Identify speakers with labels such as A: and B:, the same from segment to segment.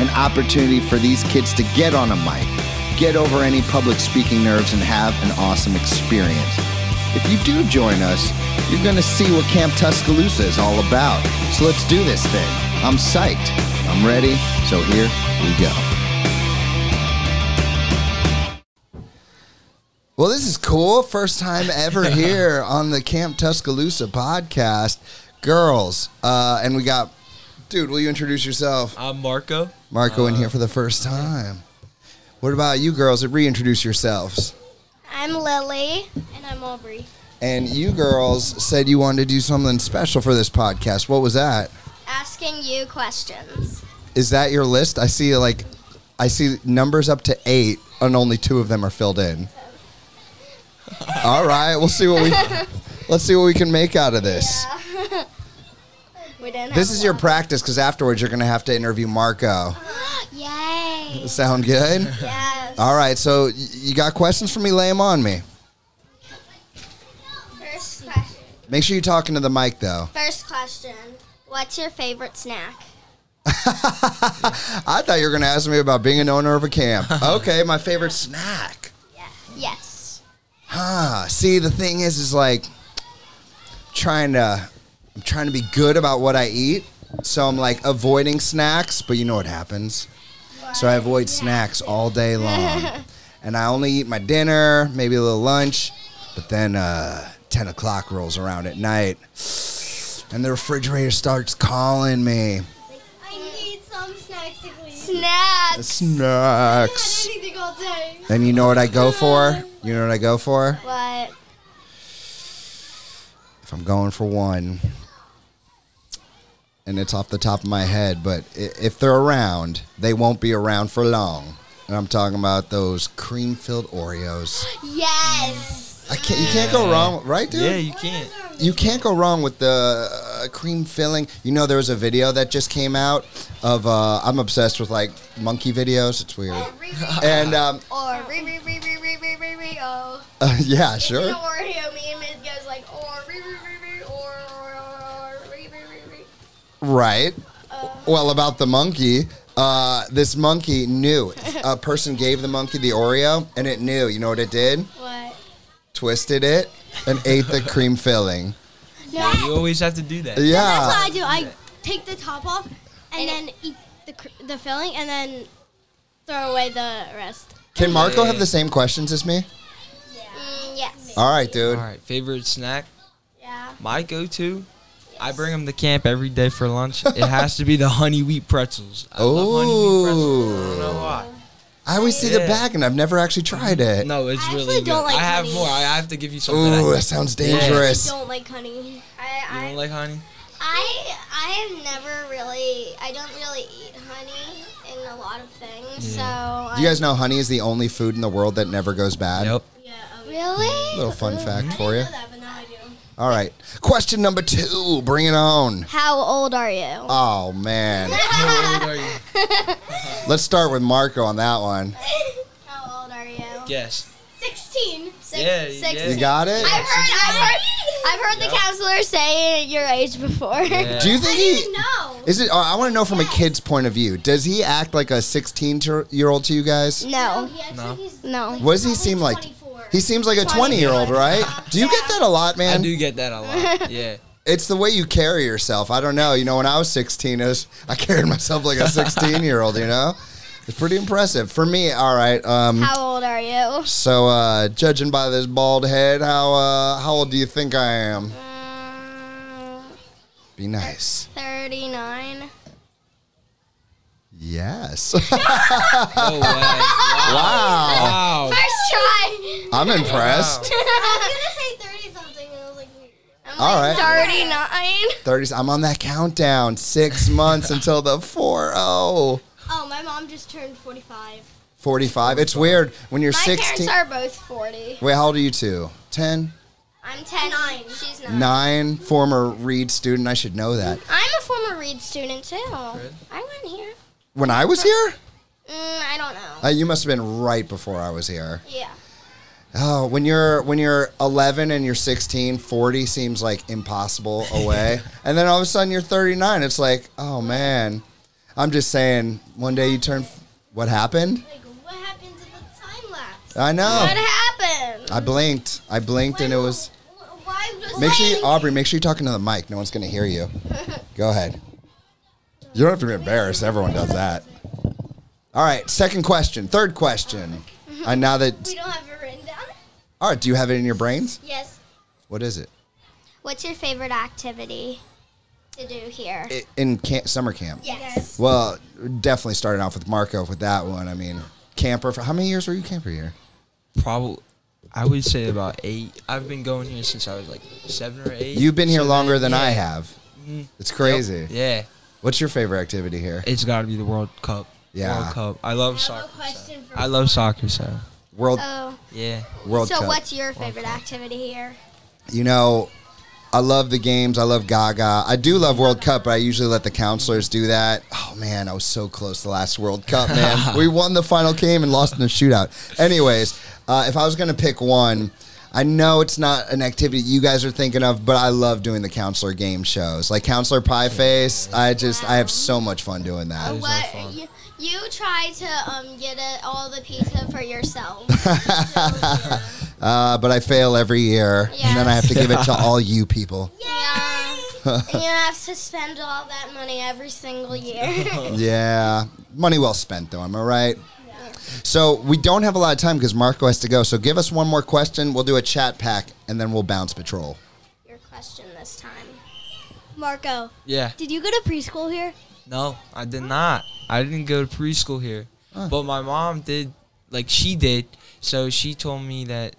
A: An opportunity for these kids to get on a mic, get over any public speaking nerves, and have an awesome experience. If you do join us, you're going to see what Camp Tuscaloosa is all about. So let's do this thing. I'm psyched. I'm ready. So here we go. Well, this is cool. First time ever here on the Camp Tuscaloosa podcast. Girls, uh, and we got, dude, will you introduce yourself?
B: I'm Marco.
A: Marco in here for the first time. What about you, girls? Reintroduce yourselves.
C: I'm Lily. And I'm Aubrey.
A: And you girls said you wanted to do something special for this podcast. What was that?
C: Asking you questions.
A: Is that your list? I see like I see numbers up to 8 and only 2 of them are filled in. All right, we'll see what we Let's see what we can make out of this.
C: We didn't
A: This
C: have
A: is your
C: one.
A: practice cuz afterwards you're going to have to interview Marco.
C: Yay!
A: Sound good?
C: Yes.
A: All right, so y- you got questions for me? Lay them on me.
C: First question.
A: Make sure you're talking to the mic though.
C: First question. What's your favorite snack?
A: I thought you were going to ask me about being an owner of a camp. Okay, my favorite snack.
C: Yeah. Yes.
A: Huh. See, the thing is, is like trying to, I'm trying to be good about what I eat. So I'm like avoiding snacks, but you know what happens. So I avoid snacks all day long, and I only eat my dinner, maybe a little lunch, but then uh, ten o'clock rolls around at night, and the refrigerator starts calling me.
D: I need some snacks to clean.
C: Snacks.
A: Snacks.
D: Anything all day.
A: Then you know what I go for. You know what I go for.
C: What?
A: if I'm going for one, and it's off the top of my head, but i- if they're around, they won't be around for long. And I'm talking about those cream-filled Oreos.
C: Yes.
A: I can't, you can't go wrong, right, dude?
B: Yeah, you can't.
A: you can't go wrong with the uh, cream filling. You know, there was a video that just came out of. Uh, I'm obsessed with like monkey videos. It's weird.
C: Oh,
A: And um,
C: Or re re re re re re re re oh.
A: uh, yeah,
C: It's an
A: sure.
C: Oreo meme. It goes like or re re re re or or re re re re.
A: Right. Well, about the monkey, uh, this monkey knew. A person gave the monkey the Oreo, and it knew. You know what it did?
C: What?
A: Twisted it and ate the cream filling.
D: No.
B: You always have to do that.
D: That's what
A: Yeah.
D: I do. I take the top off and, then eat the, cr- the filling and then throw away the rest.
A: Can Marco have the same questions as me?
C: Mm, yes.
A: All right, dude.
B: All right, favorite snack?
C: Yeah.
B: My go-to? I bring them to camp every day for lunch. It has to be the honey wheat pretzels. I love honey wheat pretzels. I don't know why.
A: I always see the
B: Yeah.
A: back, and I've never actually tried it.
B: No, it's
D: I
B: really
D: actually
B: good.
D: don't like
B: I have
D: honey.
B: more. I have to give you something.
A: Ooh,
B: I-
A: that sounds
D: I
A: dangerous.
D: don't like honey.
B: you
C: I I
B: don't like honey?
C: I I have never really I don't really eat honey in a lot of things. So
A: Mm. Do you guys know honey is the only food in the world that never goes bad?
B: Nope.
D: Yeah.
C: I, really
A: Little fun fact for you.
D: that, but now I do.
A: All right. Question number two. Bring it on.
C: How old are you?
A: Oh, man.
B: How old are you?
A: Let's start with Marco on that one.
C: How old are you?
B: Yes.
D: 16.
C: Six,
B: Yeah,
C: six-
B: yeah.
A: You got it?
C: I've heard I've heard I've heard the counselor say your age before.
B: Yeah.
A: Do you think he
D: No.
A: is it? Uh, I want to know from a kid's point of view. Does he act like a 16 ter- year old to you guys?
C: No.
D: he acts
B: No.
D: like he's
C: No.
A: What does he seem like?
D: 24.
A: He seems like a 20 year old, right? Do you get that a lot,
B: I
A: man?
B: do get that a lot. Yeah.
A: It's the way you carry yourself. I don't know. You know, when I was 16, it was, I carried myself like a 16 year old. You know, it's pretty impressive for me. All right. Um,
C: How old are you?
A: so uh, judging by this bald head, how uh, how old do you think I am?
C: Mm,
A: Be nice.
C: 39.
A: Yes.
B: No way. Wow.
A: wow.
B: Wow.
C: First try.
A: I'm impressed.
D: I was going to say 30 something and I was like,
C: I'm
A: All
C: like
A: right.
C: 39.
A: 30s. I'm on that countdown. Six months until the 4 0.
D: oh, my mom just turned 45.
A: 45. It's weird when you're
C: My
A: 16.
C: parents are both 40.
A: Wait, how old are you two? 10?
C: I'm 10. Nine. She's 9.
A: Nine? Former Reed student. I should know that.
C: I'm a former Reed student too. I went here.
A: When I was here?
C: Mm, I don't know.
A: Uh, you must have been right before I was here.
C: yeah.
A: Oh, when you're when you're 11 and you're 16, 40 seems like impossible away, and then all of a sudden you're 39. It's like, oh man, I'm just saying. One day you turn. What happened?
D: Like, what happened to the time lapse?
A: I know.
C: What happened?
A: I blinked. I blinked, and Oh. it was.
D: Why was
A: Make sure, you, Aubrey. Make sure you're talking to the mic. No one's gonna hear you. Go ahead. You don't have to be embarrassed. Everyone does that. All right. Second question. Third question. And now that.
D: we don't have it written down?
A: All right. Do you have it in your brains?
D: Yes.
A: What is it?
C: What's your favorite activity to do here?
A: I- In camp, summer camp.
D: Yes.
A: Well, definitely starting off with Marco with that one. I mean, camper for how many years were you camper here?
B: Probably, I would say about eight. I've been going here since I was like seven or eight.
A: You've been here
B: so
A: longer than I
B: yeah.
A: have.
B: Mhm.
A: It's crazy.
B: Yeah,
A: What's your favorite activity here?
B: it's got to be the World Cup.
A: Yeah.
B: World Cup. I love
D: I have a
B: soccer. so.
D: question for
B: I love soccer, so
A: World
C: Oh.
B: yeah.
A: World
C: so
A: Cup.
C: what's your favorite activity here?
A: you know, I love the games. I love Gaga. I do love World Cup, but I usually let the counselors do that. Oh man, I was so close the last World Cup, man. we won the final game and lost in a shootout. Anyways, uh, if I was gonna pick one, I know it's not an activity you guys are thinking of, but I love doing the counselor game shows, like Counselor Pie Face. I just I have so much fun doing that.
B: Those are
C: What
B: fun.
C: you, you try to um, get it, all the pizza for yourself.
A: Uh, but I fail every year, and then I have to give it to all you people.
C: yeah. and you have to spend all that money every single year.
A: Yeah, money well spent, though. Am I right? So we don't have a lot of time because Marco has to go. So give us one more question. We'll do a chat pack, and then we'll bounce patrol.
C: your question this time.
D: Marco,
B: Yeah.
D: did you go to preschool here?
B: No, I did not. I didn't go to preschool here. But my mom did, like she did. So she told me that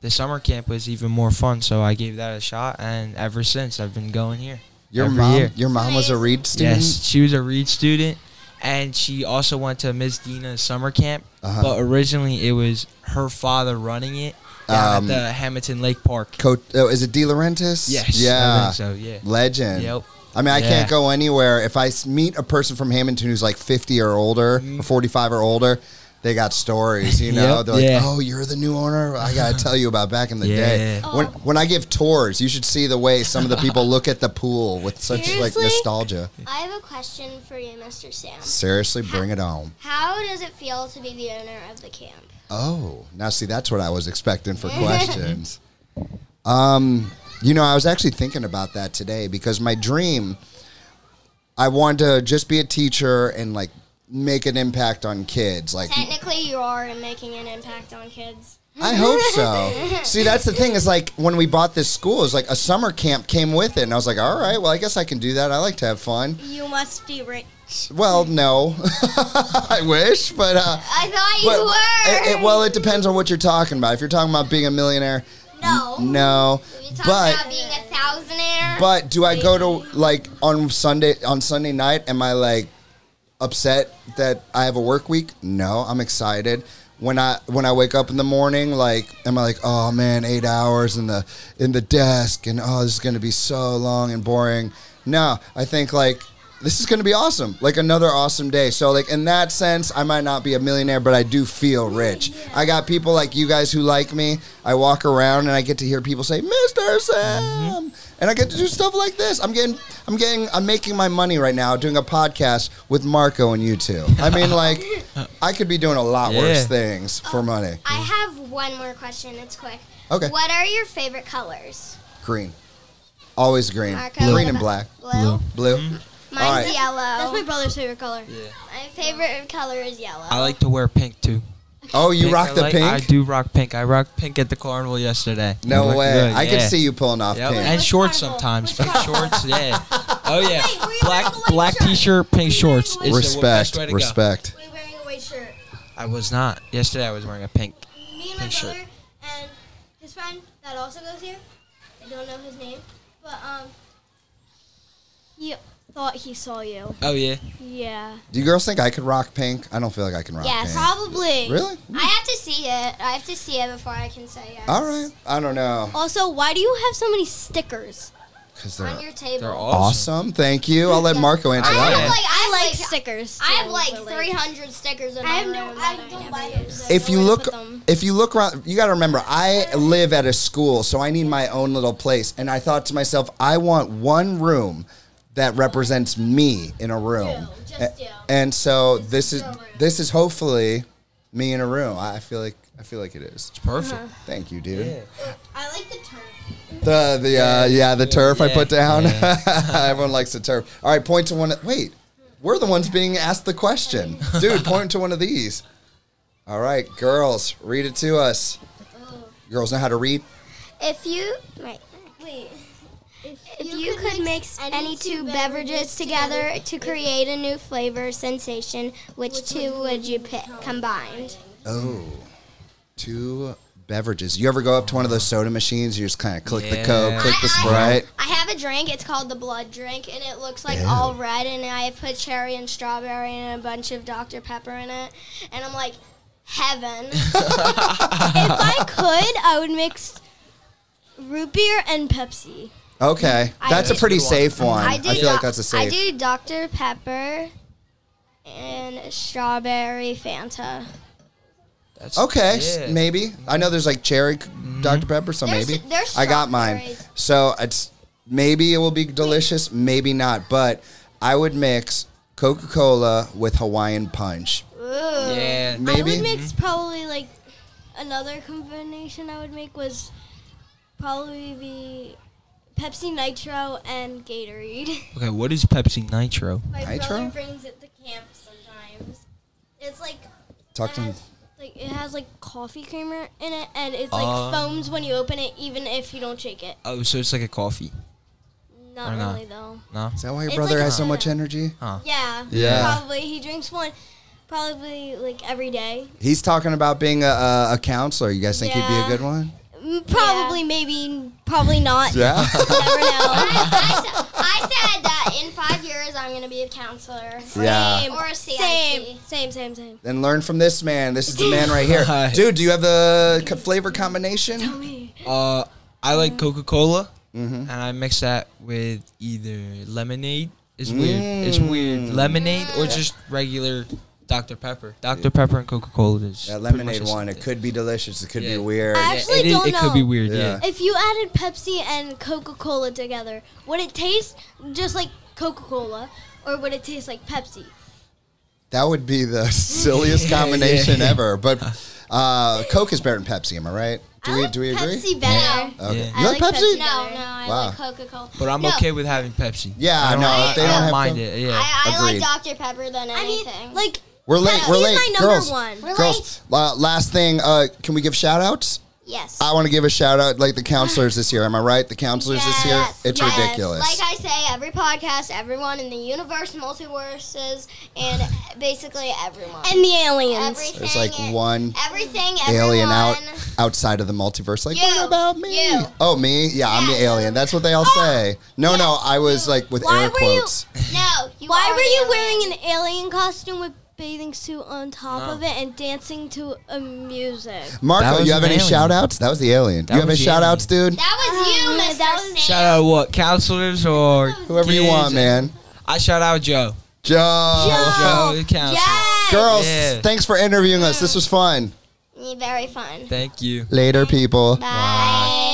B: the summer camp was even more fun. So I gave that a shot, and ever since I've been going here.
A: Your
B: every
A: mom,
B: year.
A: your mom was a Reed student.
B: Yes, she was a Reed student, and she also went to Miss Dina's summer camp.
A: Uh-huh.
B: But originally, it was her father running it down
A: Um,
B: at the Hamilton Lake Park.
A: Coach, oh, is it De Laurentiis?
B: Yes, I
A: Yeah.
B: think so yeah.
A: Legend.
B: Yep.
A: I mean, I
B: Yeah.
A: can't go anywhere if I s- meet a person from Hamilton who's like 50 or older, or 45 or older. They got stories, you know.
B: Mm-hmm. Yep,
A: They're like,
B: yeah.
A: "Oh, you're the new owner. I gotta tell you about back in the
B: Yeah.
A: day." When when I give tours, you should see the way some of the people look at the pool with such like
D: Seriously?
A: nostalgia.
C: I have a question for you, Mr. Sam.
A: Seriously, bring it on.
C: How does it feel to be the owner of the camp?
A: Oh, now see, that's what I was expecting for questions. um, you know, I was actually thinking about that today because my dream, I wanted to just be a teacher and like make an impact on kids. Like,
C: Technically, you are making an impact on kids.
A: I hope so. See, that's the thing is like when we bought this school, it's like a summer camp came with it, and I was like, all right, well, I guess I can do that. I like to have fun.
D: You must be rich.
A: Well, no, I wish, but uh,
C: I thought you
A: But-
C: were.
A: it- it- well, it depends on what you're talking about. If you're talking about being a millionaire,
C: No.
A: n- no.
C: you talking
A: But
C: about being a thousandaire?
A: but do I go to like on Sunday on Sunday night? Am I like upset that I have a work week? No, I'm excited. When I when I wake up in the morning, like am I like oh man, eight hours in the in the desk, and oh this is gonna be so long and boring. No, I think like this is gonna be awesome, like another awesome day. So like in that sense, I might not be a millionaire, but I do feel rich. I got people like you guys who like me. I walk around and I get to hear people say Mr. Sam, and I get to do stuff like this. I'm getting I'm getting I'm making my money right now doing a podcast with Marco and you two. I mean like I could be doing a lot worse
B: Yeah.
A: things for money.
C: I have one more question. It's quick.
A: Okay.
C: What are your favorite colors?
A: Green. Always green.
C: Marco, what
A: Green and
C: about-
A: black.
C: Blue.
A: Blue.
B: Mm-hmm.
A: All
C: Mine's
A: right.
C: yellow.
D: That's my brother's favorite color.
B: Yeah.
C: my favorite color is yellow.
A: Uh,
B: I like to wear pink too.
A: Oh, you
B: Pink,
A: rock
B: I
A: the
B: like-
A: pink?
B: I do rock pink. I rock pink at the carnival yesterday.
A: No
B: It looked
A: way.
B: good,
A: I could
B: yeah.
A: see you pulling off
B: Yep.
A: pink.
B: And
D: Which
B: shorts
D: carnival?
B: sometimes.
D: Which
B: Pink shorts, yeah. Oh yeah.
D: Wait, were you
B: black
D: wearing the white
B: black
D: shirt?
B: t-shirt, pink shorts. It's the
A: respect.
B: best way to go.
A: Respect.
D: We wearing a white shirt.
B: I was not. Yesterday I was wearing a pink.
D: Me and my
B: Pink shirt.
D: brother and his friend that also goes here. I don't know his name, but um, he thought he saw you.
B: Oh yeah.
D: Yeah.
A: Do you girls think I could rock pink? I don't feel like I can rock
C: Yes.
A: pink.
D: Probably.
A: Really?
C: I have to see it. I have to see it before I can say yes.
A: All right. I don't know.
D: Also, why do you have so many stickers?
A: Because they're
C: On your table.
B: They're awesome.
A: awesome. Thank you. I'll let Marco answer
C: I
A: that
C: have
A: one.
B: Yeah.
C: like I have
D: I like
C: like,
D: stickers.
C: I have
D: too,
C: like
D: but,
C: 300 stickers in my
D: I have
C: room.
D: no- I
C: that
D: don't
C: I
D: buy
C: never
D: those.
C: use.
A: if you
D: where to
A: look
D: put them.
A: if you look around you got to remember i live at a school so i need my own little place and i thought to myself i want one room that represents me in a room
D: just
A: A-
D: you.
A: and so this is
D: your room.
A: this is hopefully me in a room i I feel like i feel like it is
B: It's perfect.
A: thank you dude
B: Yeah.
D: I like the turf.
A: the the uh, yeah the turf i
B: Yeah.
A: put down
B: Yeah.
A: everyone likes the turf all right point to one wait we're the ones being asked the question dude point to one of these all right girls read it to us girls know how to read
C: If you wait, wait. If you, could mix any two beverages together to create a new flavor sensation, which, two would you pick combined?
A: oh two beverages you ever go up to one of those soda machines you just kind of click the coke
B: Yeah.
A: click the
C: I,
A: sprite
C: have, I have a drink. It's called the blood drink, and it looks like
A: Ew.
C: all red. And I put cherry and strawberry and a bunch of Dr Pepper in it, and I'm like, heaven.
D: If I could, I would mix root beer and Pepsi.
A: okay
C: I
A: that's a
C: do-
A: pretty safe one i,
C: I do.
A: feel like
C: doc-
A: that's a
C: I
A: safe
C: do Dr Pepper and strawberry Fanta.
B: That's,
A: Okay, s-
B: yeah. Mm-hmm.
A: maybe. I know there's like cherry c Dr. Pepper, so
C: There's-
A: maybe.
C: there's
A: I got mine.
C: strawberries.
A: So it's maybe it will be delicious, maybe not. But I would mix Coca Cola with Hawaiian Punch.
C: Ooh.
B: Yeah.
D: I
A: Maybe. Mm-hmm.
D: would mix probably like another combination I would make was probably be Pepsi Nitro and Gatorade.
B: Okay, what is Pepsi Nitro?
D: My
A: Nitro?
D: brother brings it to camp sometimes. It's like
A: Talk to
D: it
A: me.
D: has, like it has like coffee creamer in it and it's like
B: Uh.
D: foams when you open it even if you don't shake it.
B: Oh, so it's like a coffee.
D: Not
B: Or not.
D: really though.
B: No.
A: Is that why your
D: It's
A: brother
D: like a
A: has so
D: soda.
A: much energy?
D: Yeah.
A: Yeah.
D: Probably he drinks one probably like every day.
A: He's talking about being a, a, a counselor. You guys think he'd
D: Yeah.
A: be a good one?
D: Mm, Probably maybe probably not.
A: Yeah.
D: Never know.
C: I, I, s- I said that in five years I'm gonna be a counselor.
A: Yeah.
D: Same.
C: Or a CIT.
D: Same. Same, same, same.
A: Then learn from this man. This is the man right here. Dude, do you have the co- flavor combination?
B: Uh, I like Coca Cola,
A: Mm-hmm.
B: and I mix that with either lemonade. It's weird. It's weird.
A: Mm.
B: Lemonade or just regular Dr Pepper. Dr Pepper and Coca Cola is
A: That
B: pretty much
A: lemonade
B: the same
A: one. It
B: thing.
A: could be delicious. It could
B: Yeah.
A: be weird.
D: I
B: Yeah,
D: actually
B: it, is-
D: don't
B: it could
D: know.
B: be weird.
A: Yeah.
B: Yeah.
D: If you added Pepsi and Coca Cola together, would it taste just like Coca Cola, or would it taste like Pepsi?
A: That would be the silliest
B: Yeah,
A: combination
B: yeah, yeah.
A: ever. But uh, Coke is better than Pepsi. Am I right? Do
D: I
A: we
D: like
A: do we agree?
D: Pepsi better.
A: Okay.
B: Yeah.
A: You
D: I
A: like,
D: like
A: Pepsi?
D: Pepsi.
C: No, no, I
A: Wow.
C: like Coca Cola.
B: But I'm
C: no,
B: okay with having Pepsi.
A: Yeah,
B: I don't,
A: no,
B: I,
A: if they don't
B: I
A: have
B: don't mind
A: Coke-
B: it. Yeah.
C: I, I like
A: Agreed.
C: Dr Pepper than
D: I mean,
C: anything.
D: like
A: We're late.
D: Pepsi's
A: We're late.
D: my number
A: Girls,
D: one.
C: We're
A: girls. la- last thing, uh, can we give shout outs?
C: yes.
A: I want to give a shout out like the counselors this year. Am I right? The counselors this year.
C: Yes,
A: It's
C: yes.
A: ridiculous.
C: Like I say, every podcast, everyone in the universe, multiverses, and basically everyone.
D: and the aliens.
C: everything.
A: There's like one
C: Everything,
A: alien
C: everyone.
A: out outside of the multiverse. Like,
C: You.
A: what about me?
C: You.
A: Oh, me? Yeah, I'm the
C: Yes.
A: alien. That's what they all say. No, no, I was like with
D: Oh, Why
A: air
D: were you-
A: quotes.
C: No, you
D: Why
C: are
D: were you
C: an alien.
D: wearing an alien costume with bathing suit on top
B: No.
D: of it and dancing to a music?
B: That
A: Marco,
B: was
A: you have
B: an
A: any
B: alien.
A: shout outs? That was the alien.
B: That
A: you have any
B: was the
A: shout outs, dude?
C: That was you,
D: Uh,
C: Mr.
D: that
C: Sam.
D: was-
B: Shout out what counselors or
A: Whoever you
B: kids?
A: want, man.
B: I shout out Joe.
A: Joe.
B: Joe, the counselor.
D: Yes.
A: Girls,
B: Yeah.
A: thanks for interviewing us. This was fun.
C: Very fun.
B: Thank you.
A: Later, people.
C: Bye.